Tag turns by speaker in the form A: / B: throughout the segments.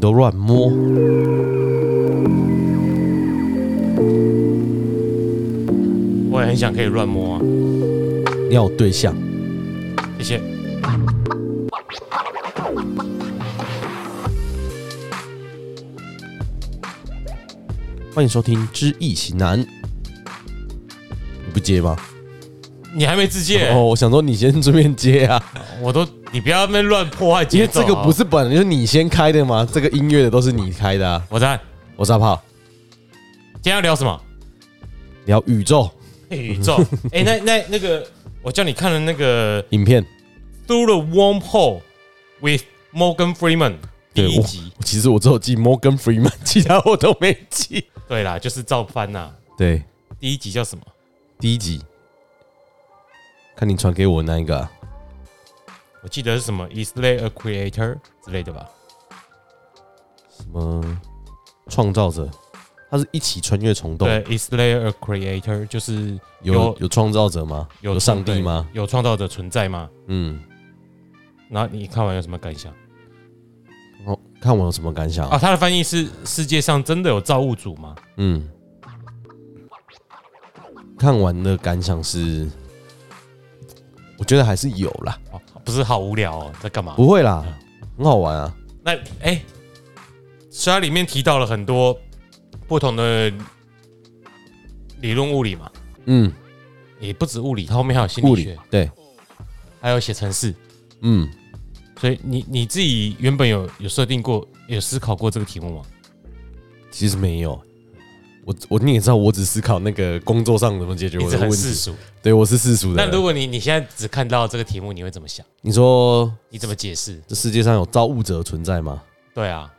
A: 都乱摸。
B: 我也很想可以乱摸啊，
A: 你要有对象，
B: 谢谢。
A: 欢迎收听《知易行难》。你不接吗？
B: 你还没自荐，
A: 哦，我想说你先顺便接啊，
B: 我都你不要那边乱破坏
A: 因
B: 节
A: 为
B: 奏。啊
A: 这个
B: 好
A: 不是本来就是你先开的嘛，这个音乐的都是你开的啊。
B: 我在，
A: 我是阿炮，
B: 今天要聊什么？
A: 嗯聊宇宙
B: 宇宙。哎、那那那个，我叫你看了那个《
A: 影片，
B: Through the Wormhole with Morgan Freeman》第
A: 对
B: 一集。
A: 我其实我只有记 Morgan Freeman，其 他我都没记。
B: 对啦，就是照翻呐。
A: 对，
B: 第一集叫什么？
A: 第一集，看你传给我那一个啊、
B: 我记得是什么？Is there a creator 之类的吧？
A: 什么创造者，他是一起穿越虫洞，
B: 对，Is there a creator 就是
A: 有
B: 有
A: 有创造者吗？有上帝吗？？
B: 对有创造者存在吗？
A: 嗯，
B: 然后你看完有什么感想？
A: 好，哦看我有什么感想
B: 啊，
A: 啊？
B: 他的翻译是世界上真的有造物主吗？
A: 嗯，看完的感想是，我觉得还是有啦，
B: 哦，不是，好无聊哦，在干嘛？
A: 不会啦，很好玩啊。
B: 那哎，虽然里面提到了很多不同的理论物理嘛，
A: 嗯，
B: 也不止物理，它后面还有心
A: 物
B: 理
A: 理
B: 学，
A: 对，
B: 还有写程式。
A: 嗯，
B: 所以你你自己原本有有设定过，有思考过这个题目吗？
A: 其实没有。我我你也知道，我只思考那个工作上怎么解决
B: 一
A: 我
B: 直
A: 的问
B: 很世
A: 题。
B: 俗。
A: 对，啊我是世俗的
B: 那如
A: 人。
B: 果你你现在只看到这个题目，你会怎么想？
A: 你说
B: 你怎么解释？
A: 这世界上有造物者存在吗？
B: 对啊，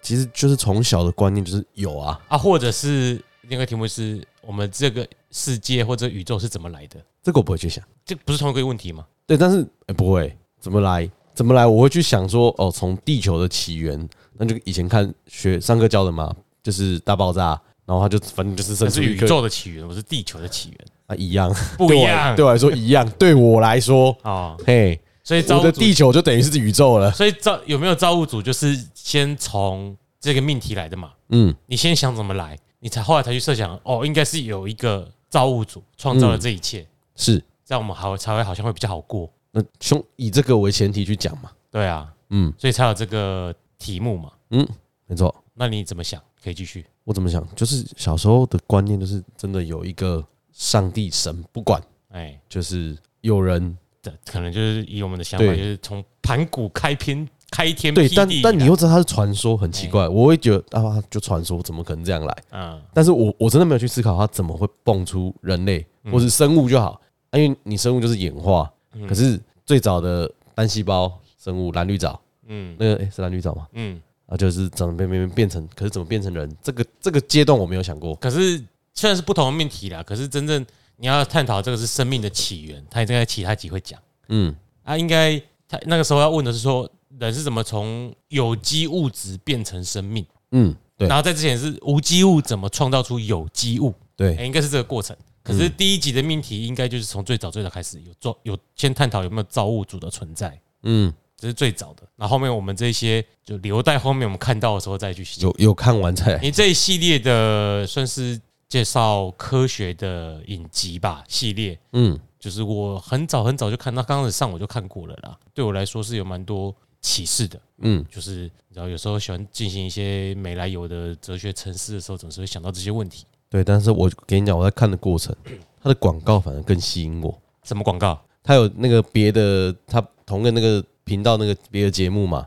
A: 其实就是从小的观念就是有啊，
B: 啊，或者是另一个题目是我们这个世界或者宇宙是怎么来的？
A: 这个我不会去想。
B: 这不是同一个问题吗？
A: 对，但是、哎不会怎么来怎么来，我会去想说哦，从地球的起源，那就以前看学上课教的嘛，就是大爆炸，然后它就反正就是
B: 这
A: 生出
B: 是
A: 一
B: 宇
A: 个
B: 宙的起源，不是地球的起源，
A: 啊一样，
B: 不一样
A: 对我来对我来说一样，对我来说，
B: 啊、哦。
A: 嘿，
B: 所以造
A: 我
B: 物
A: 的
B: 主，
A: 地球就等于是宇宙了，
B: 所以造有没有造物主，就是先从这个命题来的嘛？
A: 嗯，
B: 你先想怎么来，你才后来才去设想哦，应该是有一个造物主创造了这一切，
A: 是，
B: 这样我们好才会好像会比较好过。
A: 那兄以这个为前提去讲嘛，
B: 对啊，
A: 嗯
B: 所以才有这个题目嘛。
A: 嗯，没错，
B: 那你怎么想？可以继续。
A: 我怎么想，就是小时候的观念就是真的有一个上帝神，不管
B: 哎，
A: 就是有人
B: 这可能就是以我们的想法，就
A: 对
B: 是从盘古开篇开天辟
A: 对，
B: 地
A: 但
B: 以来。
A: 但你又知道它是传说，很奇
B: 哎
A: 怪，我会觉得啊，就传说怎么可能这样来？
B: 嗯，
A: 但是我我真的没有去思考它怎么会蹦出人类或是生物就好，啊因为你生物就是演化，
B: 嗯
A: 可是最早的单细胞生物蓝绿藻，
B: 嗯
A: 那个诶是蓝绿藻吗？
B: 嗯，
A: 啊，就是长变变变变成，可是怎么变成人？这个这个阶段我没有想过，
B: 可是虽然是不同的命题啦，可是真正你要探讨这个是生命的起源，他应该其他集会讲
A: 嗯，
B: 啊。应该他那个时候要问的是说，人是怎么从有机物质变成生命？
A: 嗯，对
B: 然后在之前是无机物怎么创造出有机物？哎、
A: 对，嗯
B: 应该是这个过程。可是第一集的命题应该就是从最早最早开始有做有先探讨有没有造物主的存在，
A: 嗯，
B: 这是最早的。然后后面我们这些就留待后面我们看到的时候再去讲。
A: 有有看完才来，
B: 你这一系列的算是介绍科学的影集吧，系列
A: 嗯，
B: 就是我很早很早就看到，刚开始上我就看过了啦。对我来说是有蛮多启示的，
A: 嗯，
B: 就是你知道有时候喜欢进行一些没来由的哲学沉思的时候，总是会想到这些问题。
A: 对。但是我给你讲，我在看的过程，它的广告反而更吸引我。
B: 什么广告？
A: 他有那个别的，他同个那个频道那个别的节目嘛，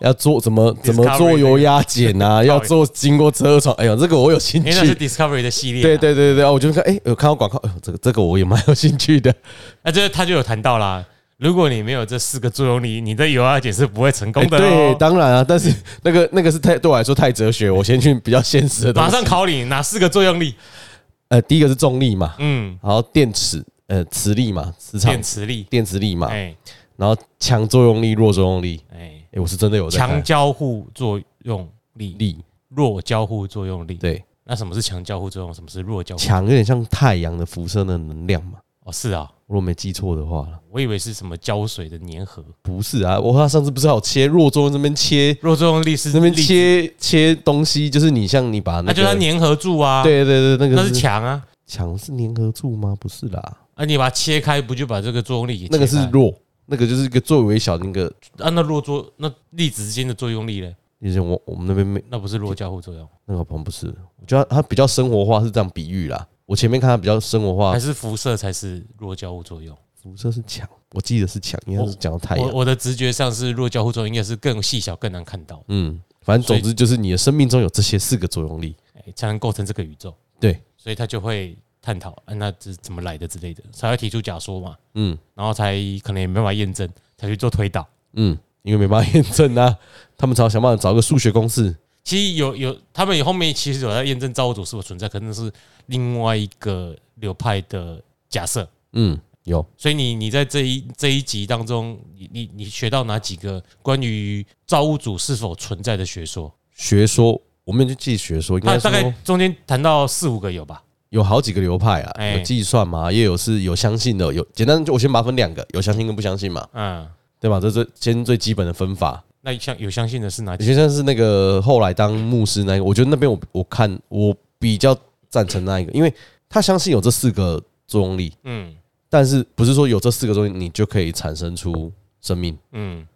A: 要做怎么
B: 哦 Discovery
A: 怎么做油压减啊，要做经过车床，哎呦，这个我有兴
B: 因为那是
A: 趣。
B: Discovery 的系列、
A: 对，对对对对，啊我就看，哎，有看到广告，哎呦，这个这个我也蛮有兴趣的。
B: 那这他就有谈到啦。如果你没有这四个作用力，你的有压减是不会成功
A: 哎
B: 的、哦
A: 对，当然啊，但是那个那个是太对我来说太哲学，我先去比较现实的东
B: 马
A: 西。
B: 上考你哪四个作用力？
A: 呃，第一个是重力嘛，
B: 嗯，
A: 然后电池呃磁力嘛，磁场
B: 电磁力。
A: 电磁力嘛，
B: 哎
A: 然后强作用力、弱作用力。
B: 哎，
A: 哎，我是真的有在
B: 强
A: 看
B: 交互作用力、
A: 力，
B: 弱交互作用力。
A: 对，
B: 那什么是强交互作用？什么是弱交互？
A: 强有点像太阳的辐射的能量嘛。
B: 哦，是啊，
A: 如果没记错的话啦，
B: 我以为是什么胶水的粘合。
A: 不是啊，我他上次不是还有切弱州那边切
B: 若这种力是
A: 那边
B: 力，
A: 切切东西，就是你像你把那
B: 那
A: 个，
B: 就它粘合住啊。，
A: 对对对，那
B: 那
A: 个
B: 是墙啊。
A: 墙是粘合住吗？不是啦，
B: 啊，你把它切开，不就把这个作用力给
A: 那个是
B: 切开
A: 弱，那个就是一个最微小的那个，
B: 啊？那弱作那粒子之间的作用力呢？
A: 就是我我们那边没
B: 那不是弱交互作用，
A: 那个好像不是，我觉得它它比较生活化是这样比喻啦。我前面看它比较生活化
B: 还，是辐射才是弱交互作用？
A: 辐射是墙，我记得是墙，因为它是讲到太
B: 我
A: 阳。
B: 我的直觉上是弱交互作用应该是更细小、更难看到，
A: 嗯，反正
B: 所以
A: 总之就是你的生命中有这些四个作用力。
B: 哎，才能构成这个宇宙。
A: 对，
B: 所以他就会探讨，啊、那这是怎么来的之类的，才会提出假说嘛，
A: 嗯
B: 然后才可能也没办法验证，才去做推导。
A: 嗯，因为没办法验证啊， 他们才要想办法找一个数学公式。
B: 其实有有，他们后面其实有在验证造物主是否存在，可能是另外一个流派的假设。
A: 嗯，有
B: 所以你你在这一这一集当中，你你你学到哪几个关于造物主是否存在的学说？
A: 学说，我们就记学说，应
B: 他
A: 该
B: 啊大概
A: 说
B: 中间谈到四五个有吧？
A: 有好几个流派啊，
B: 哎
A: 有计算嘛，也有是有相信的，有简单就我先把它分两个，有相信跟不相信嘛，
B: 嗯，
A: 对吧？这是先最基本的分法。
B: 那像有相信的是哪
A: 有
B: 几？
A: 些像是那个后来当牧师那个，我觉得那边我我看我比较赞成那一个，因为他相信有这四个作用力，
B: 嗯
A: 但是不是说有这四个作用力你就可以产生出生命，
B: 嗯，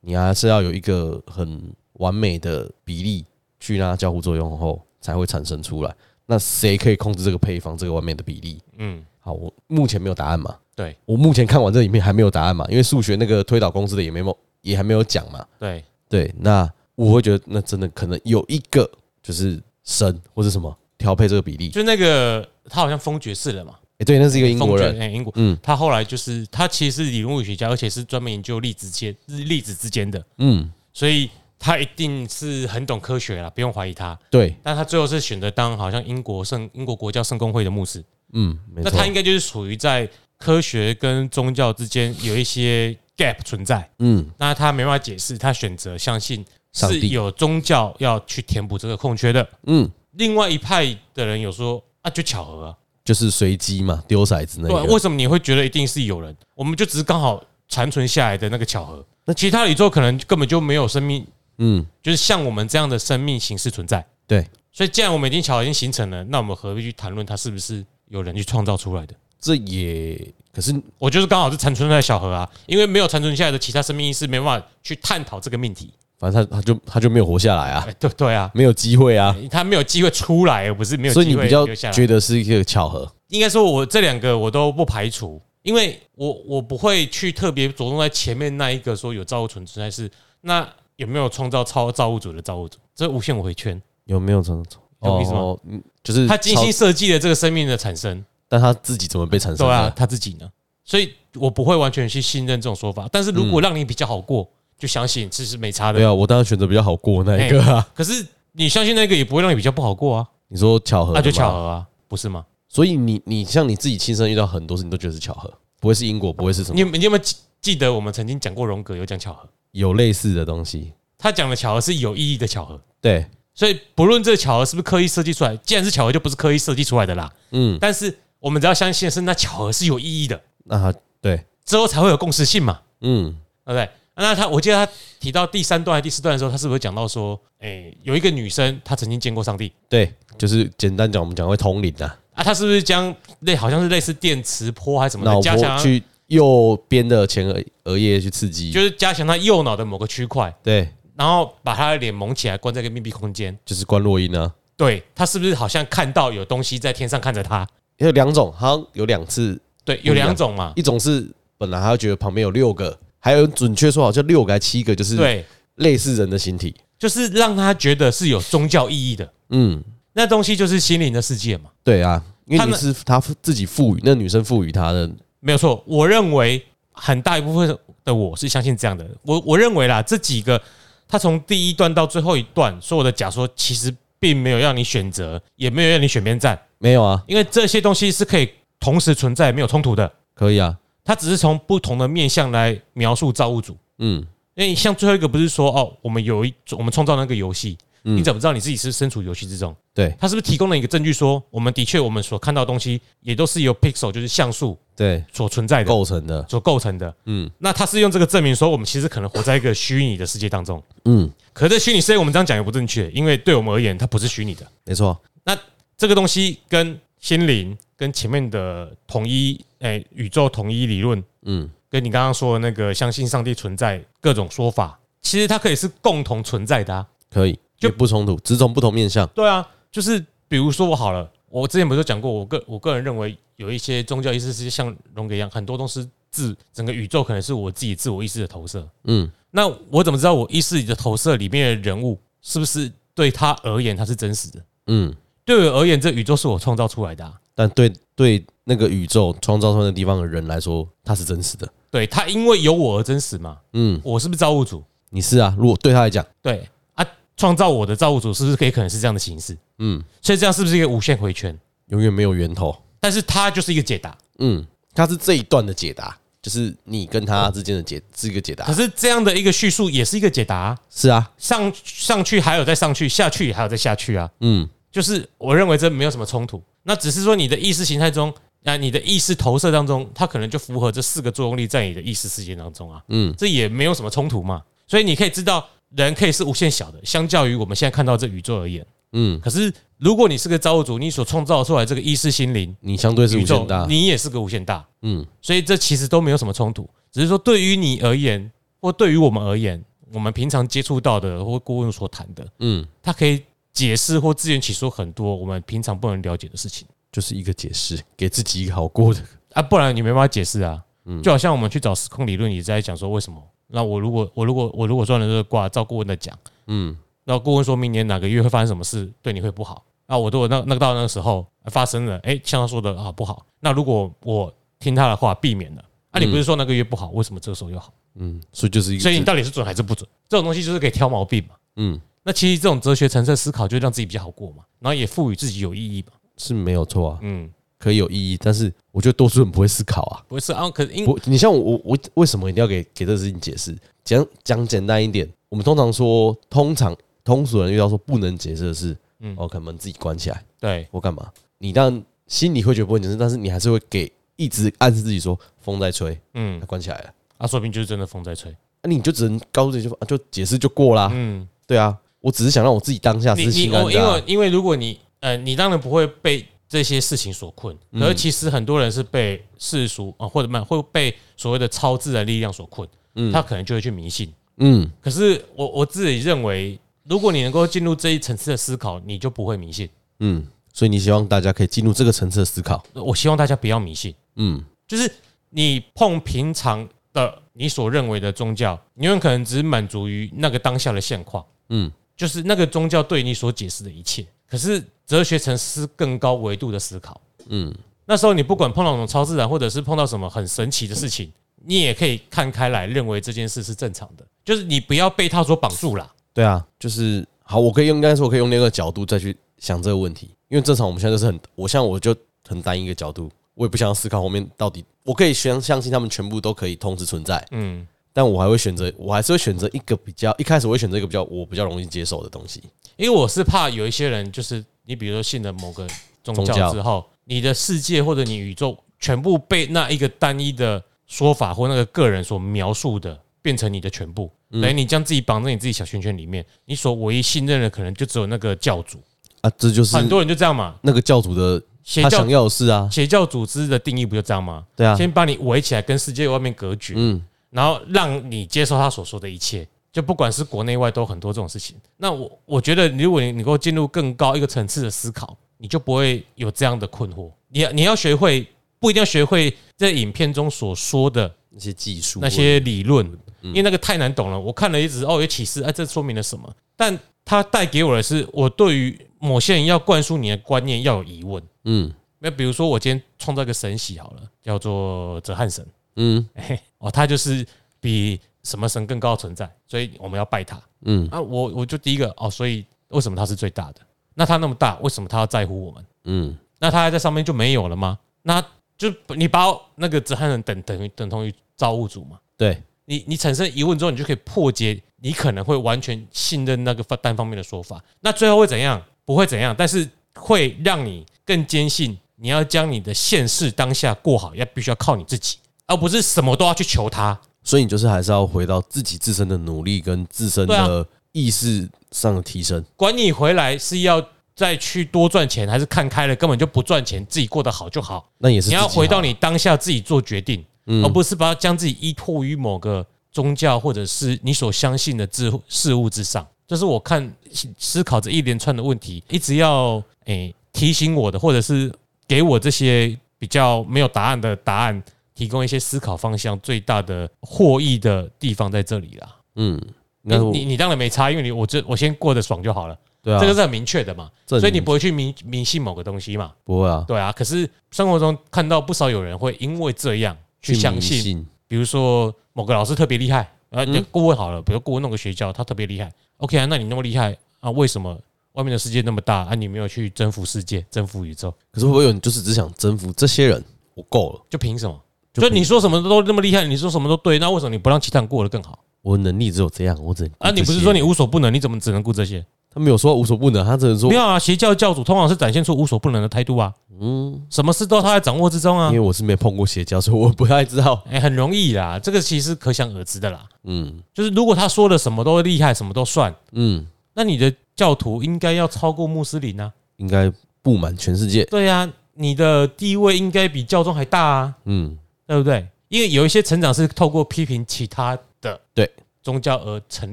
A: 你还是要有一个很完美的比例去让它交互作用后才会产生出来。那谁可以控制这个配方这个完美的比例？
B: 嗯，
A: 好，我目前没有答案嘛？
B: 对，
A: 我目前看完这里面还没有答案嘛？因为数学那个推导公式的也没有也还没有讲嘛。
B: 对，
A: 对，那我会觉得那真的可能有一个就是神或者什么调配这个比例。
B: 就那个他好像封爵士了嘛，
A: 哎，对，那是一个英国
B: 封爵
A: 人，
B: 哎英国，
A: 嗯
B: 他后来就是他其实是理论物理学家，而且是专门研究粒子间粒子之间的，
A: 嗯，
B: 所以他一定是很懂科学啦，不用怀疑他。
A: 对，
B: 但他最后是选择当好像英国圣英国国教圣公会的牧师，
A: 嗯，没
B: 那
A: 错
B: 他，应该就是属于在科学跟宗教之间有一些 gap 存在，
A: 嗯，
B: 那他没办法解释，他选择相信
A: 上
B: 是
A: 帝
B: 有宗教要去填补这个空缺的。
A: 嗯，
B: 另外一派的人有说啊，就巧合啊，
A: 就是随机嘛，丢骰子那
B: 对啊，
A: 个
B: 为。什么你会觉得一定是有人？我们就只是刚好残存下来的那个巧合。那其他宇宙可能根本就没有生命，
A: 嗯，
B: 就是像我们这样的生命形式存在。
A: 对，
B: 所以，既然我们已经巧合已经形成了，那我们何必去谈论它是不是有人去创造出来的？
A: 这也可是
B: 我就是刚好是残存在的巧合啊，因为没有残存下来的其他生命意识没办法去探讨这个命题。
A: 反正他他就他就没有活下来啊
B: 哎，，对对啊，
A: 没有机会啊，
B: 他没有机会出来，而不是没有机
A: 所
B: 会
A: 以你比较
B: 留下来
A: 觉得是一个巧合。
B: 应该说，我这两个我都不排除，因为我我不会去特别着重在前面那一个说有造物主存在是那有没有创造超造物主的造物主，这无限回圈，
A: 有没有这种？
B: 懂我意思吗
A: 哦，嗯就是
B: 他精心
A: 超，
B: 设计了这个生命的产生，
A: 但他自己怎么被产生
B: 对啊
A: 的，？
B: 他自己呢，所以我不会完全去信任这种说法，但是如果让你比较好过，就相信这是没差
A: 对
B: 的，
A: 啊，我当然选择比较好过那一个啊。
B: 可是你相信那个也不会让你比较不好过啊，
A: 你说巧合，
B: 那就巧。合啊，不是吗？
A: 所以你你像你自己亲身遇到很多事，你都觉得是巧合，不会是因果，不会是什么
B: 你有你有没有记记得我们曾经讲过荣格有讲巧合，
A: 有类似的东西。
B: 他讲的巧合是有意义的巧合。
A: 对，
B: 所以不论这个巧合是不是刻意设计出来，既然是巧合，就不是刻意设计出来的啦。
A: 嗯，
B: 但是我们只要相信的是，那巧合是有意义的，
A: 那他对，
B: 之后才会有共识性嘛，
A: 嗯
B: 对不对？那他，我记得他提到第三段还是第四段的时候，他是不是有讲到说，诶、有一个女生她曾经见过上帝
A: 对，就是简单讲，我们讲会通灵啊，
B: 啊？她是不是将类好像是类似电磁波还是什么
A: 脑
B: 的加
A: 波
B: 强，
A: 去右边的前额额叶去刺激
B: 就，是加强她右脑的某个区块，
A: 对，
B: 然后把她的脸蒙起来，关在一个密闭空间。
A: 就是观落音啊。
B: 对她是不是好像看到有东西在天上看着她？
A: 有两种，好像有两次，
B: 对，有两种嘛。
A: 一种是本来他觉得旁边有六个，还有准确说好像六个还七个，就是
B: 对，
A: 类似人的形体。
B: 就是让他觉得是有宗教意义的。
A: 嗯，
B: 那东西就是心灵的世界嘛，
A: 对啊，因为
B: 他
A: 你
B: 们
A: 是他自己赋予，那女生赋予他的，
B: 没有错。我认为很大一部分的我是相信这样的。我我认为啦，这几个他从第一段到最后一段所有的假说，其实并没有让你选择，也没有让你选边站，
A: 没有啊，
B: 因为这些东西是可以同时存在，没有冲突的。
A: 可以啊，
B: 它只是从不同的面向来描述造物主。
A: 嗯
B: 因为像最后一个不是说哦，我们有一我们创造那个游戏，你怎么知道你自己是身处游戏之中？
A: 对
B: 它是不是提供了一个证据说，我们的确我们所看到的东西也都是由 pixel 就是像素
A: 对
B: 所存在的、
A: 构成的，
B: 所构成的？嗯，那它是用这个证明说，我们其实可能活在一个虚拟的世界当中。
A: 嗯，
B: 可是这虚拟世界我们这样讲也不正确，因为对我们而言，它不是虚拟的。
A: 没错，
B: 那这个东西跟心灵、跟前面的统一，哎、宇宙统一理论，
A: 嗯，
B: 跟你刚刚说的那个相信上帝存在各种说法，其实它可以是共同存在的、啊。
A: 可以，
B: 就
A: 就不冲突，只从不同面向，
B: 对啊，就是比如说我好了，我之前不是讲过，我个我个人认为有一些宗教意识是像荣格一样，很多东西自整个宇宙可能是我自己自我意识的投射。
A: 嗯，
B: 那我怎么知道我意识里的投射里面的人物是不是对他而言他是真实的？
A: 嗯，
B: 对我而言，这宇宙是我创造出来的、啊。
A: 但对对那个宇宙创造出那个地方的人来说，它是真实的，
B: 对他，因为有我而真实嘛。
A: 嗯，
B: 我是不是造物主？
A: 你是啊，如果对他来讲，
B: 对啊，创造我的造物主是不是可以可能是这样的形式？
A: 嗯，
B: 所以这样是不是一个无限回圈？
A: 永远没有源头，
B: 但是它就是一个解答。
A: 嗯，它是这一段的解答，就是你跟他之间的解是一个解
B: 可
A: 答，
B: 是这样的一个叙述也是一个解答啊、
A: 是啊，
B: 上上去还有再上去，下去还有再下去啊。
A: 嗯，
B: 就是我认为这没有什么冲突，那只是说你的意识形态中，啊，你的意识投射当中，它可能就符合这四个作用力在你的意识世界当中啊。
A: 嗯
B: 嗯，这也没有什么冲突嘛。所以你可以知道，人可以是无限小的，相较于我们现在看到这宇宙而言。
A: 嗯
B: 嗯，可是如果你是个造物主，你所创造出来这个意识心灵
A: 你相对是
B: 宇
A: 无
B: 宙
A: 限大，，
B: 你也是个无限大。
A: 嗯，
B: 所以这其实都没有什么冲突，只是说对于你而言，或对于我们而言，我们平常接触到的或顾问所谈的，
A: 嗯，
B: 它可以解释或自圆其说很多我们平常不能了解的事情
A: 就是一个解释，给自己一个好过的，
B: 啊，不然你没办法解释啊。就好像我们去找时空理论，也在讲说为什么？那我如果我如果我如果算了这个卦，照顾问的讲，
A: 嗯，
B: 那顾问说明年哪个月会发生什么事，对你会不好。那我如果那那个到那个时候发生了，哎、像他说的啊不好，那如果我听他的话避免了，那、你不是说那个月不好，为什么这个时候又好？
A: 嗯，所以就是一个，
B: 所以你到底是准还是不准？这种东西就是可以挑毛病嘛。
A: 嗯
B: 那其实这种哲学层次思考，就让自己比较好过嘛，然后也赋予自己有意义嘛。
A: 是没有错啊，
B: 嗯，
A: 可以有意义，但是我觉得多数人不会思考啊。
B: 不是啊，可是因
A: 不，你像我，我为什么一定要给给这个事情解释？讲讲简单一点，我们通常说，通常通俗人遇到说不能解释的事，嗯
B: 嗯，
A: 哦，可能自己关起来
B: 对
A: 或干嘛，你当然心里会觉得不能解释，但是你还是会给一直暗示自己说风在吹，
B: 嗯
A: 它，关起来了，
B: 啊，说不定就是真的风在吹。
A: 那、你就只能告诉自己就、啊、就解释就过啦，
B: 嗯，
A: 对啊，我只是想让我自己当下
B: 你
A: 是
B: 你
A: 心安
B: 我因
A: 的啊、
B: 为因为如果你呃，你当然不会被这些事情所困，
A: 嗯
B: 而其实很多人是被世俗啊、或者慢会被所谓的超自然力量所困，他可能就会去迷信。
A: 嗯，
B: 可是我我自己认为，如果你能够进入这一层次的思考，你就不会迷信。
A: 嗯，所以你希望大家可以进入这个层次的思考，
B: 我希望大家不要迷信。
A: 嗯，
B: 就是你碰平常的你所认为的宗教，你有可能只满足于那个当下的现况，
A: 嗯
B: 嗯，就是那个宗教对你所解释的一切。可是哲学层是更高维度的思考，
A: 嗯
B: 嗯，那时候你不管碰到什么超自然，或者是碰到什么很神奇的事情，你也可以看开来，认为这件事是正常的，就是你不要被它所绑住啦。
A: 对啊，就是好，我可以用，应该说我可以用另一个角度再去想这个问题，因为正常我们现在就是很，我像我就很单一一个角度，我也不想要思考后面到底，我可以相相信他们全部都可以同时存在，
B: 嗯，
A: 但我还会选择，我还是会选择一个比较，一开始我会选择一个比较我比较容易接受的东西，
B: 因为我是怕有一些人，就是你比如说信了某个宗
A: 宗教
B: 教之后，你的世界或者你宇宙全部被那一个单一的说法或那个个人所描述的，变成你的全部，
A: 嗯
B: 等于你将自己绑在你自己小圈圈里面，你所唯一信任的可能就只有那个教主。
A: 啊，这就是
B: 很多人就这样嘛，
A: 那个教主的
B: 邪
A: 他
B: 教
A: 想要的事啊，
B: 邪教组织的定义不就这样吗？
A: 对啊，
B: 先把你围起来，跟世界外面隔绝，
A: 嗯
B: 然后让你接受他所说的一切，就不管是国内外都很多这种事情。那我我觉得，如果你能够进入更高一个层次的思考，你就不会有这样的困惑。你你要学会，不一定要学会在影片中所说的
A: 那些技术
B: 那些理论，
A: 嗯
B: 因为那个太难懂了。我看了一直哦有启示，哎、这说明了什么？但它带给我的是，我对于某些人要灌输你的观念要有疑问。
A: 嗯
B: 那比如说，我今天创造一个神喜好了，叫做哲汉神。
A: 嗯
B: 嘿哦，他就是比什么神更高的存在，所以我们要拜他。
A: 嗯
B: 啊，我我就第一个哦，所以为什么他是最大的？那他那么大，为什么他要在乎我们？
A: 嗯
B: 那他还在上面就没有了吗？那就你把那个哲汉人等等于等同于造物主嘛？
A: 对
B: 你你产生疑问之后，你就可以破解你可能会完全信任那个方单方面的说法。那最后会怎样？不会怎样，但是会让你更坚信你要将你的现世当下过好，要必须要靠你自己，而不是什么都要去求他。
A: 所以你就是还是要回到自己自身的努力跟自身
B: 对
A: 的
B: 啊
A: 意识上的提升。
B: 管你回来是要再去多赚钱，还是看开了根本就不赚钱，自己过得好就好。
A: 那也是
B: 你要
A: 自己好
B: 回到你当下自己做决定，
A: 嗯
B: 而不是把它将自己依托于某个宗教或者是你所相信的事事物之上。这是我看思考着一连串的问题，一直要诶、提醒我的，或者是给我这些比较没有答案的答案提供一些思考方向，最大的获益的地方在这里啦。
A: 嗯，
B: 你
A: 那我
B: 你你当然没差，因为你我这我先过得爽就好了，
A: 对啊，
B: 这个是很明确的嘛，
A: 这很
B: 所以你
A: 明
B: 不会去迷迷信某个东西嘛。
A: 不会啊，
B: 对啊，可是生活中看到不少有人会因为这样去相
A: 迷
B: 信，比如说某个老师特别厉害，啊，
A: 嗯
B: 顾问好了，比如顾问那个学校他特别厉害，OK 啊，那你那么厉害啊，为什么外面的世界那么大啊，你没有去征服世界、征服宇宙，
A: 可是会不会有人就是只想征服这些人？我够了，
B: 就凭什么？
A: 就
B: 就
A: 凭
B: 你说什么都那么厉害，你说什么都对，那为什么你不让其他人过得更好
A: 我能力只有这样，我只能
B: 啊？你不是说你无所不能，你怎么只能顾这些？
A: 他没有说无所不能，他只能说
B: 没有啊，邪教教主通常是展现出无所不能的态度啊，
A: 嗯，
B: 什么事都他在掌握之中啊
A: 因为，我是没碰过邪教，所以我 不太知道。
B: 哎、很容易啦，这个其实可想而知的啦。
A: 嗯
B: 就是如果他说的什么都厉害，什么都算，
A: 嗯，
B: 那你的教徒应该要超过穆斯林啊。
A: 应该布满全世界。
B: 对啊，你的地位应该比教宗还大啊，
A: 嗯，
B: 对不对？因为有一些成长是透过批评其他的
A: 对
B: 宗教而成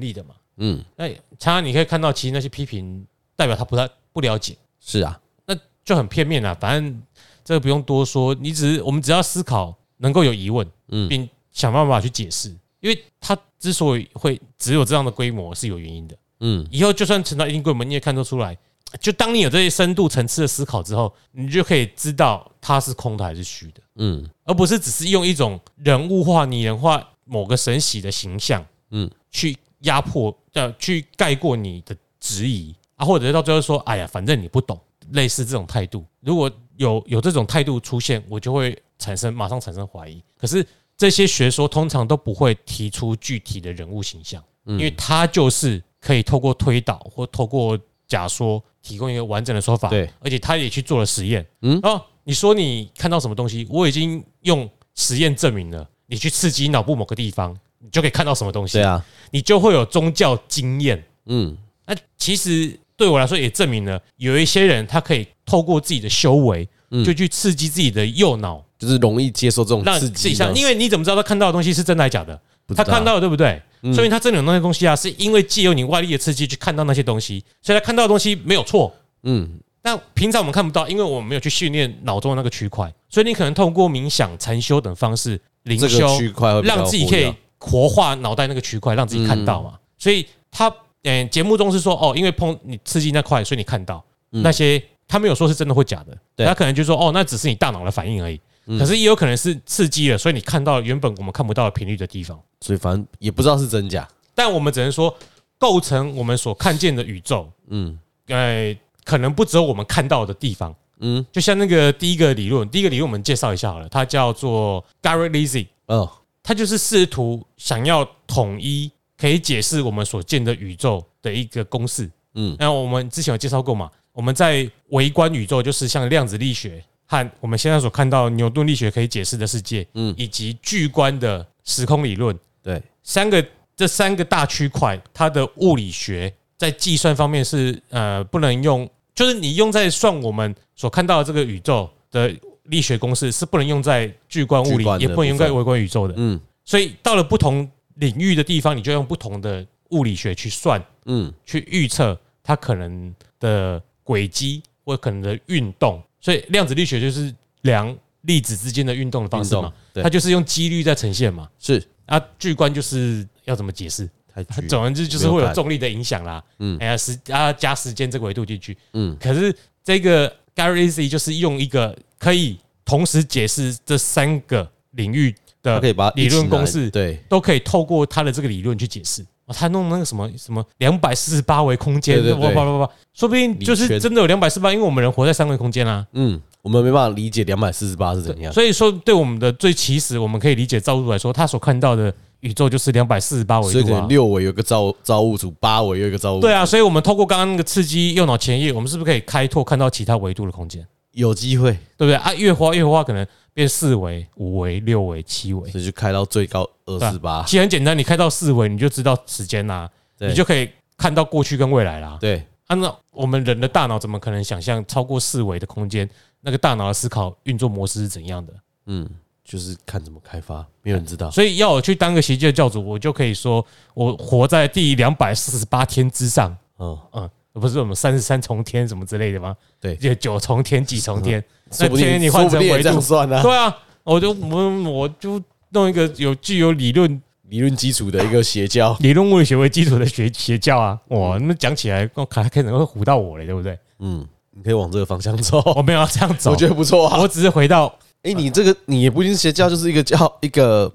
B: 立的嘛。
A: 嗯，
B: 那常常你可以看到，其实那些批评代表他不太不了解，
A: 是啊，
B: 那就很片面啦。啊反正这个不用多说，你只是我们只要思考，能够有疑问，
A: 嗯
B: 并想办法去解释。因为他之所以会只有这样的规模，是有原因的。
A: 嗯，
B: 以后就算成到一定规模，你也看得出来。就当你有这些深度层次的思考之后，你就可以知道它是空的还是虚的，
A: 嗯
B: 而不是只是用一种人物化、拟人化某个神喜的形象，
A: 嗯
B: 嗯，去压迫、呃，去盖过你的质疑啊，或者是到最后说，哎呀，反正你不懂，类似这种态度。如果有有这种态度出现，我就会产生马上产生怀疑。可是这些学说通常都不会提出具体的人物形象。
A: 嗯，
B: 因为它就是可以透过推导或透过假说提供一个完整的说法。
A: 对，
B: 而且他也去做了实验。
A: 嗯
B: 嗯，哦，你说你看到什么东西，我已经用实验证明了，你去刺激脑部某个地方，你就可以看到什么东西，
A: 对啊，
B: 你就会有宗教经验。
A: 嗯
B: 那其实对我来说也证明了，有一些人他可以透过自己的修为，
A: 嗯
B: 就去刺激自己的右脑，
A: 就是容易接受这种
B: 让
A: 刺
B: 自己
A: 激
B: 想，
A: 的。
B: 因为你怎么知道他看到的东西是真的还是假的？
A: 不知
B: 他
A: 道
B: 看到了，对不对？
A: 嗯
B: 所以他真的有那些东西啊，是因为借由你外力的刺激去看到那些东西，所以他看到的东西没有错。
A: 嗯
B: 那平常我们看不到，因为我们没有去训练脑中的那个区块，所以你可能通过冥想、禅修等方式灵
A: 这
B: 修
A: 个，区块呃会比较
B: 让自己
A: 活
B: 可
A: 跃
B: 以活化脑袋那个区块，让自己看到嘛。所以他嗯，节目中是说哦，因为碰你刺激那块，所以你看到、
A: 嗯
B: 那些，他没有说是真的或假
A: 对嗯
B: 的，他可能就说哦，那只是你大脑的反应而已。可是也有可能是刺激了，所以你看到原本我们看不到的频率的地方。
A: 所以反正也不知道是真假。
B: 但我们只能说，构成我们所看见的宇宙，
A: 嗯
B: 呃，可能不只有我们看到的地方。
A: 嗯
B: 就像那个第一个理论，第一个理论我们介绍一下好了，它叫做 Gary Lizzy，
A: 哦，
B: 它就是试图想要统一可以解释我们所见的宇宙的一个公式。
A: 嗯
B: 那我们之前有介绍过嘛？我们在微观宇宙，就是像量子力学和我们现在所看到牛顿力学可以解释的世界，
A: 嗯
B: 以及巨观的时空理论，
A: 对，
B: 三个这三个大区块，它的物理学在计算方面是呃不能用，就是你用在算我们所看到的这个宇宙的力学公式是不能用在巨观物
A: 巨
B: 理
A: 观，的
B: 也不能用在
A: 部
B: 微观宇宙的。
A: 嗯
B: 所以到了不同领域的地方，你就用不同的物理学去算、
A: 嗯
B: 去预测它可能的轨迹或可能的运动。所以量子力学就是量粒子之间的运动的方
A: 运
B: 式
A: 动
B: 嘛，
A: 对
B: 它，就是用几率在呈现嘛。
A: 是
B: 啊，巨观就是要怎么解释？
A: 太局
B: 总而言之，就是会有重力的影响啦。
A: 嗯
B: 嗯，哎呀，时啊加时间这个维度进去。
A: 嗯
B: 可是这个 Gary Z 就是用一个可以同时解释这三个领域
A: 他
B: 的
A: 可以把它一
B: 理
A: 起
B: 论公
A: 拿
B: 式，
A: 对
B: 都可以透过他的这个理论去解释。哦、他弄那个什么什么两百四十八维空间，
A: 对对
B: 哇
A: 对
B: 哇哇哇，说不定就
A: 理
B: 是
A: 圈
B: 真的有两百四十八，因为我们人活在三维空间啊啦、
A: 嗯，我们没办法理解两百四十八是怎样。
B: 所以说，对我们的最起始，我们可以理解造物主来说，他所看到的宇宙就是两百四十八
A: 所
B: 维
A: 以可
B: 度
A: 能
B: 啊。
A: 六维有一个造造物主，八维有一个造物主，
B: 对啊，所以我们透过刚刚那个刺激右脑前叶，我们是不是可以开拓看到其他维度的空间？
A: 有机会，
B: 对不对啊？越花越花，可能变四维、五维、六维、七维。
A: 所以就开到最高
B: 啊
A: 二四八。
B: 其实很简单，你开到四维，你就知道时间啦、
A: 啊对
B: 你就可以看到过去跟未来啦。
A: 对，
B: 按照啊我们人的大脑，怎么可能想象超过四维的空间？那个大脑的思考运作模式是怎样的？
A: 嗯，就是看怎么开发，没有人知道。
B: 所以要我去当个奇迹的教主，我就可以说我活在第两百四十八天之上，
A: 嗯，
B: 嗯，不是我们三十三重天什么之类的吗？
A: 对
B: 就九重天、几重天，那
A: 说不
B: 天
A: 定
B: 你
A: 说
B: 换
A: 不
B: 成
A: 定也
B: 维
A: 这样
B: 度，
A: 算啊，
B: 对啊，我就我我就弄一个有具有理论
A: 理论基础的一个邪教。
B: 理论物理学为基础的学邪教啊，哇，你们讲起来，我卡可能会唬到我了，对不对？
A: 嗯，你可以往这个方向走，
B: 我没有要这样走
A: 我，觉得不错啊。
B: 我只是回到
A: 哎，你这个你也不一定是邪教，就是一个教一个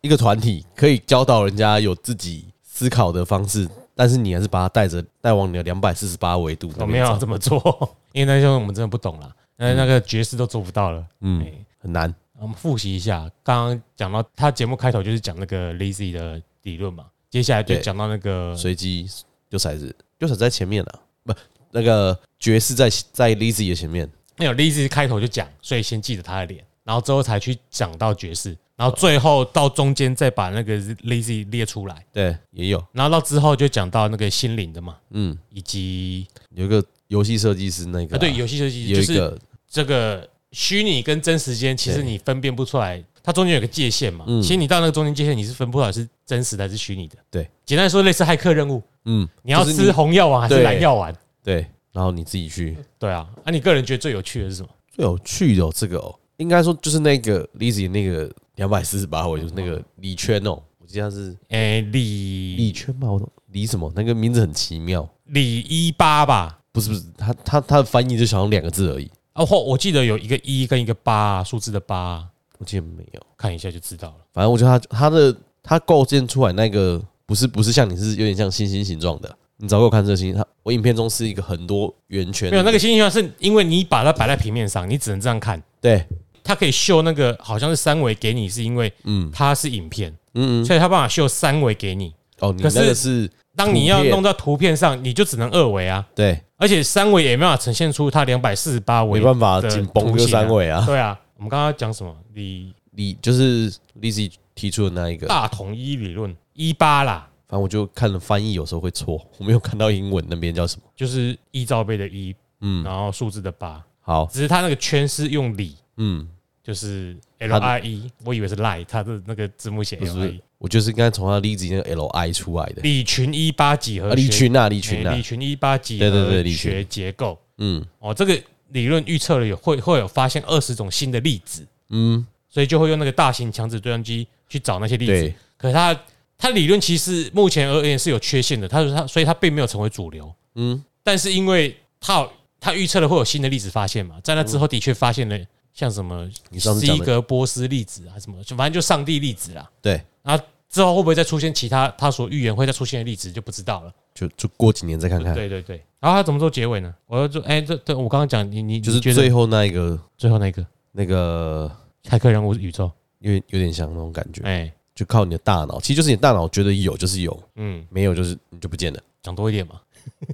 A: 一个团体，可以教导人家有自己思考的方式，但是你还是把它带着带往你的两百四十八维度
B: 我
A: 那
B: 没
A: 边
B: 有
A: 走，
B: 这么做， 因为那时候我们真的不懂啦，那那个爵士都做不到了。
A: 嗯
B: 哎
A: 很难。
B: 我们复习一下，刚刚讲到他节目开头就是讲那个 Lazy 的理论嘛，接下来就
A: 对
B: 讲到那个
A: 随机丢骰子，丢骰子在前面啊，不，那个爵士在在 Lizzy 的前面，
B: 没有 Lazy 开头就讲，所以先记得他的脸，然后之后才去讲到爵士，然后最后到中间再把那个 Lazy 列出来，
A: 对，也有，
B: 然后到之后就讲到那个心灵的嘛，
A: 嗯，
B: 以及
A: 有一个游戏设计师那个啊
B: 啊对，游戏设计
A: 有
B: 就
A: 一
B: 是
A: 个
B: 这个虚拟跟真时间，其实
A: 对
B: 你分辨不出来，它中间有个界限嘛，
A: 嗯
B: 其实你到那个中间界限，你是分不出来是真实的还是虚拟的。
A: 对，
B: 简单来说，类似骇客任务。
A: 嗯，
B: 你要
A: 就是
B: 吃红药丸还是
A: 对
B: 蓝药丸？
A: 对，然后你自己去
B: 对啊，啊，你个人觉得最有趣的是什么？
A: 最有趣的、哦、这个哦，应该说就是那个 Lizzy 那个两百四十八回，就是那个李圈哦，我记得他是
B: 诶、
A: 李
B: 李
A: 圈吧，我懂李什么那个名字很奇妙，
B: 李一八吧，
A: 不是不是，他他他的翻译就想两个字而已，
B: 哦或我记得有一个一跟一个八、啊，数字的八啊、
A: 我记得没有。
B: 看一下就知道了。
A: 反正我觉得他他的他构建出来那个不是不是像你是有点像星星形状的。你找给我看这个星，星，它我影片中是一个很多圆圈，
B: 没有那个星星是因为你把它摆在平面上，你只能这样看。
A: 对，
B: 它可以秀那个好像是三维给你，是因为
A: 嗯
B: 它是影片，
A: 嗯嗯，
B: 所以它办法秀三维给你。
A: 哦，你
B: 可是
A: 那个是
B: 当你
A: 图
B: 要
A: 片
B: 弄到图片上，你就只能二维啊，
A: 对，
B: 而且三维也没办法呈现出它两百四十八维
A: 没。办法
B: 的
A: 紧绷
B: 图
A: 就
B: 形啊
A: 三维啊，
B: 对啊，我们刚刚讲什么？李
A: 你就是 Lizzy 提出的那一个，
B: 大统一理论一八啦，
A: 反正我就看了翻译，有时候会错，我没有看到英文那边叫什么，
B: 就是一罩杯的一，
A: 嗯，
B: 然后数字的八，
A: 好，
B: 只是它那个圈是用里，
A: 嗯，
B: 就是 L
A: 它的
B: I E，我以为是 lie，它的那个字幕写
A: 不
B: L I
A: 是
B: E。，
A: 我就是刚才从他 Lizzy 那个 L I 出来的，
B: 李群一八几何
A: 啊，李群啊，李群
B: 哎
A: 啊
B: 李，群一八几
A: 对对对
B: 何
A: 李群
B: 学结构
A: 嗯
B: 哦，这个理论预测了有会会有发现二十种新的粒子，
A: 嗯，
B: 所以就会用那个大型强子对撞机去找那些粒子。
A: 对，
B: 可是它它理论其实目前而言是有缺陷的，它它所以它并没有成为主流。
A: 嗯，
B: 但是因为他有他预测了会有新的粒子发现嘛，在那之后的确发现了像什么
A: 你上次讲
B: 西
A: 的
B: 格波斯粒子啊，什么就反正就上帝粒子啦。
A: 对，
B: 啊，之后会不会再出现其他他所预言会再出现的粒子就不知道了。
A: 就就过几年再看看，
B: 对对对，然后他怎么做结尾呢？我要做哎，这这我刚刚讲你你
A: 就
B: 你
A: 是
B: 觉得
A: 最后那一个
B: 最后那个
A: 那个
B: 骇客任务宇宙，
A: 有点有点像那种感觉，
B: 哎
A: 就靠你的大脑，其实就是你大脑觉得有就是有，
B: 嗯，
A: 没有就是你就不见了。
B: 讲多一点嘛，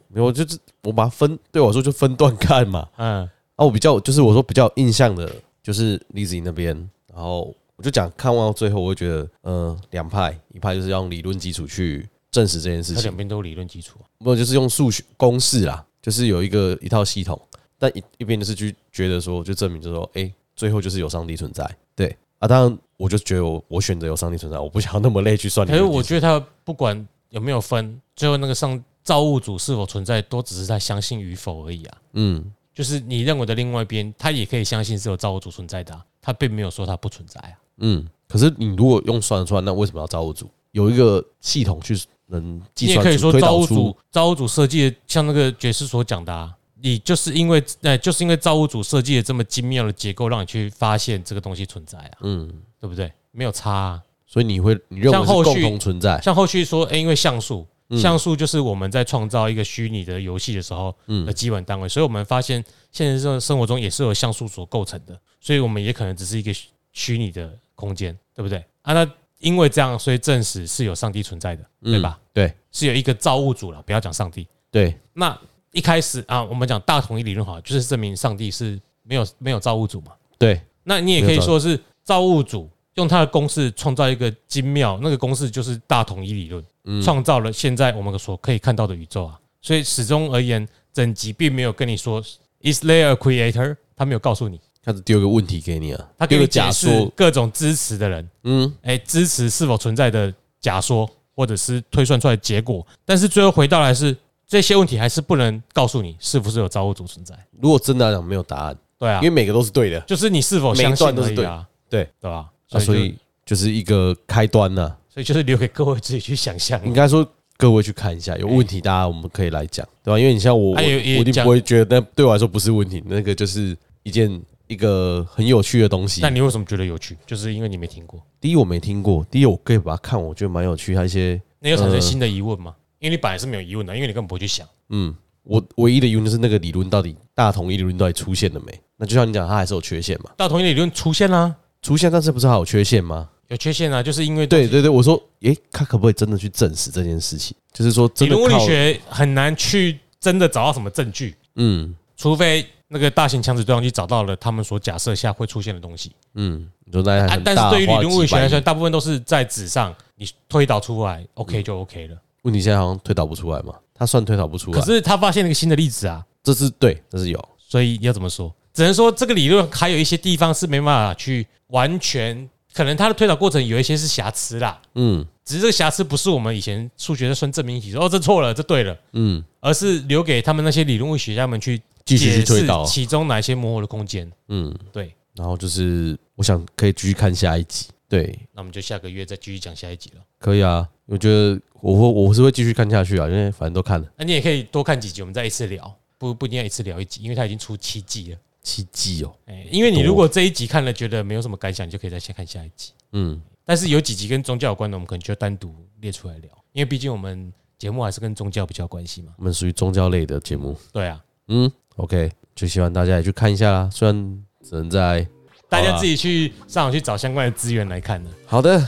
A: 没有，我就是我把它分，对我来说就分段看嘛。
B: 嗯
A: 啊，我比较就是我说比较有印象的，就是 Lizzy 那边，然后我就讲看完到最后，我会觉得，呃，两派，一派就是要用理论基础去证实这件事
B: 它
A: 情
B: 两，边都有理论基础，啊
A: 没有就是用数学公式啦，就是有一个一套系统，但一一边就是去觉得说，就证明就是说，哎、最后就是有上帝存在，对啊，当然我就觉得我我选择有上帝存在，我不想要那么累去算理
B: 可是
A: 论基础。
B: 我觉得他不管有没有分，最后那个上造物主是否存在，都只是他相信与否而已啊。
A: 嗯，
B: 就是你认为的另外一边，他也可以相信是有造物主存在的啊、他并没有说他不存在啊。
A: 嗯，可是你如果用算得出来，那为什么要造物主？有一个系统去能计
B: 你也
A: 算
B: 可以
A: 出、
B: 说
A: 推
B: 造
A: 导
B: 物
A: 出
B: 主，造物主设计的，像那个爵士所讲的、啊，你就是因为，呃，就是因为造物主设计的这么精妙的结构，让你去发现这个东西存在啊，
A: 嗯，
B: 对不对？没有差、啊。
A: 所以你会你认为
B: 像
A: 是
B: 后续
A: 共同存在，
B: 像后续说，哎、因为像素，像素就是我们在创造一个虚拟的游戏的时候的基本单位，所以我们发现现实生生活中也是由像素所构成的，所以我们也可能只是一个虚虚拟的空间，对不对？啊，那因为这样，所以证实是有上帝存在的，
A: 嗯
B: 对吧？？
A: 对
B: 是有一个造物主了，不要讲上帝。
A: 对，
B: 那一开始啊，我们讲大统一理论好了，就是证明上帝是没有没有造物主嘛。
A: 对，
B: 那你也可以说是造物主用他的公式创造一个精妙，那个公式就是大统一理
A: 嗯
B: 论，创造了现在我们所可以看到的宇宙啊。所以始终而言，整集并没有跟你说 Is there a creator？他没有告诉你，
A: 他只丢个问题给你啊，
B: 他给
A: 丢
B: 你
A: 个
B: 解
A: 假
B: 释
A: 说，
B: 各种支持的人，
A: 嗯，
B: 哎、支持是否存在的假说，或者是推算出来的结果，但是最后回到来是这些问题还是不能告诉你是不是有造物主存在。
A: 如果真的来讲没有答案，
B: 对啊
A: 因为，每个都是对的，
B: 就是你是否
A: 每一
B: 相信
A: 段都
B: 而
A: 是
B: 已啊，
A: 对
B: 对吧？
A: 啊，所以就是一个开端呢。
B: 所以就是留给各位自己去想象。
A: 应该说各位去看一下，有问题大家我们可以来讲，对吧？因为你像我，我我
B: 哎也也
A: 一定
B: 讲
A: 不会觉得那对我来说不是问题，那个就是一件一个很有趣的东西
B: 那。你为什么觉得有趣？就是因为你没听过，
A: 第一我没听过，第一我可以把它看，我觉得蛮有趣，它一些
B: 你有产生
A: 呃
B: 新的疑问吗？因为你本来是没有疑问的，因为你根本不会去想。
A: 嗯，我唯一的疑问就是那个理论到底大同一理论到底出现了没？那就像你讲，它还是有缺陷嘛？
B: 大同一理论出现啦、
A: 出现，但是不是还有缺陷吗？
B: 有缺陷啊，就是因为
A: 对对对，我说，诶，它可不可以真的去证实这件事情？就是说，
B: 理
A: 真的
B: 论物理
A: 靠，
B: 学很难去真的找到什么证据，
A: 嗯
B: 除非那个大型强子对撞机找到了他们所假设下会出现的东西。
A: 嗯，你说那
B: 啊
A: 很，
B: 但
A: 大
B: 是对于理
A: 花了
B: 论物理
A: 几
B: 学
A: 百
B: 来
A: 亿
B: 说，大部分都是在纸上你推导出来，OK
A: 嗯
B: 就 OK 了。
A: 问题现在好像推导不出来嘛，他算推导不出来。
B: 可是他发现了一个新的例子啊，
A: 这是对，这是有，
B: 所以要怎么说？只能说这个理论还有一些地方是没办法去完全，可能它的推导过程有一些是瑕疵啦。
A: 嗯
B: 只是这个瑕疵不是我们以前数学在算证明题说哦这错了，这对了，
A: 嗯，
B: 而是留给他们那些理论物理学家们去
A: 继续去推导
B: 解释，其中哪一些模糊的空间。
A: 嗯，
B: 对，
A: 然后就是我想可以继续看下一集，对，
B: 那我们就下个月再继续讲下一集了。
A: 可以啊，我觉得我会我是会继续看下去啊，因为反正都看了
B: 那你也可以多看几集，我们再一次聊，不不一定要一次聊一集，因为它已经出七季了。
A: 七季哦，
B: 哎，因为你如果这一集看了觉得没有什么感想，你就可以再先看下一集。
A: 嗯，
B: 但是有几集跟宗教有关的，我们可能就单独列出来聊，因为毕竟我们节目还是跟宗教比较有关系嘛。
A: 我们属于宗教类的节目，
B: 对啊，
A: 嗯，OK，就希望大家也去看一下啦，虽然只能在
B: 大家自己去上网去找相关的资源来看呢。
A: 好的，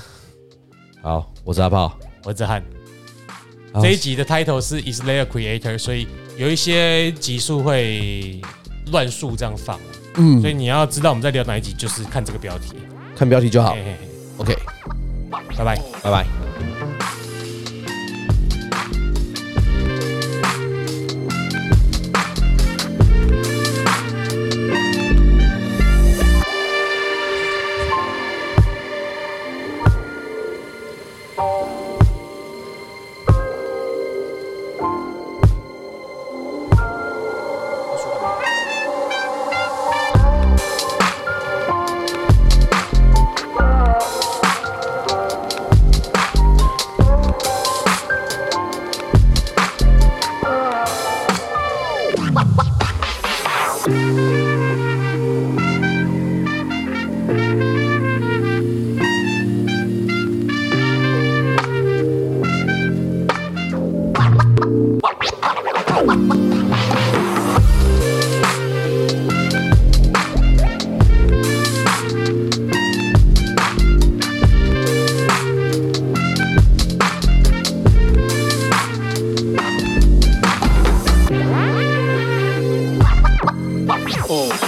A: 好，我是阿炮，
B: 我是子翰，
A: 好啊
B: 这一集的 title 是 Is There a Creator，所以有一些集数会乱数这样放，
A: 嗯
B: 所以，你要知道我们在聊哪一集，就是看这个标题。
A: 看标题就好
B: 嘿嘿嘿
A: ，OK，
B: 拜拜。
A: 拜拜。
C: Oh.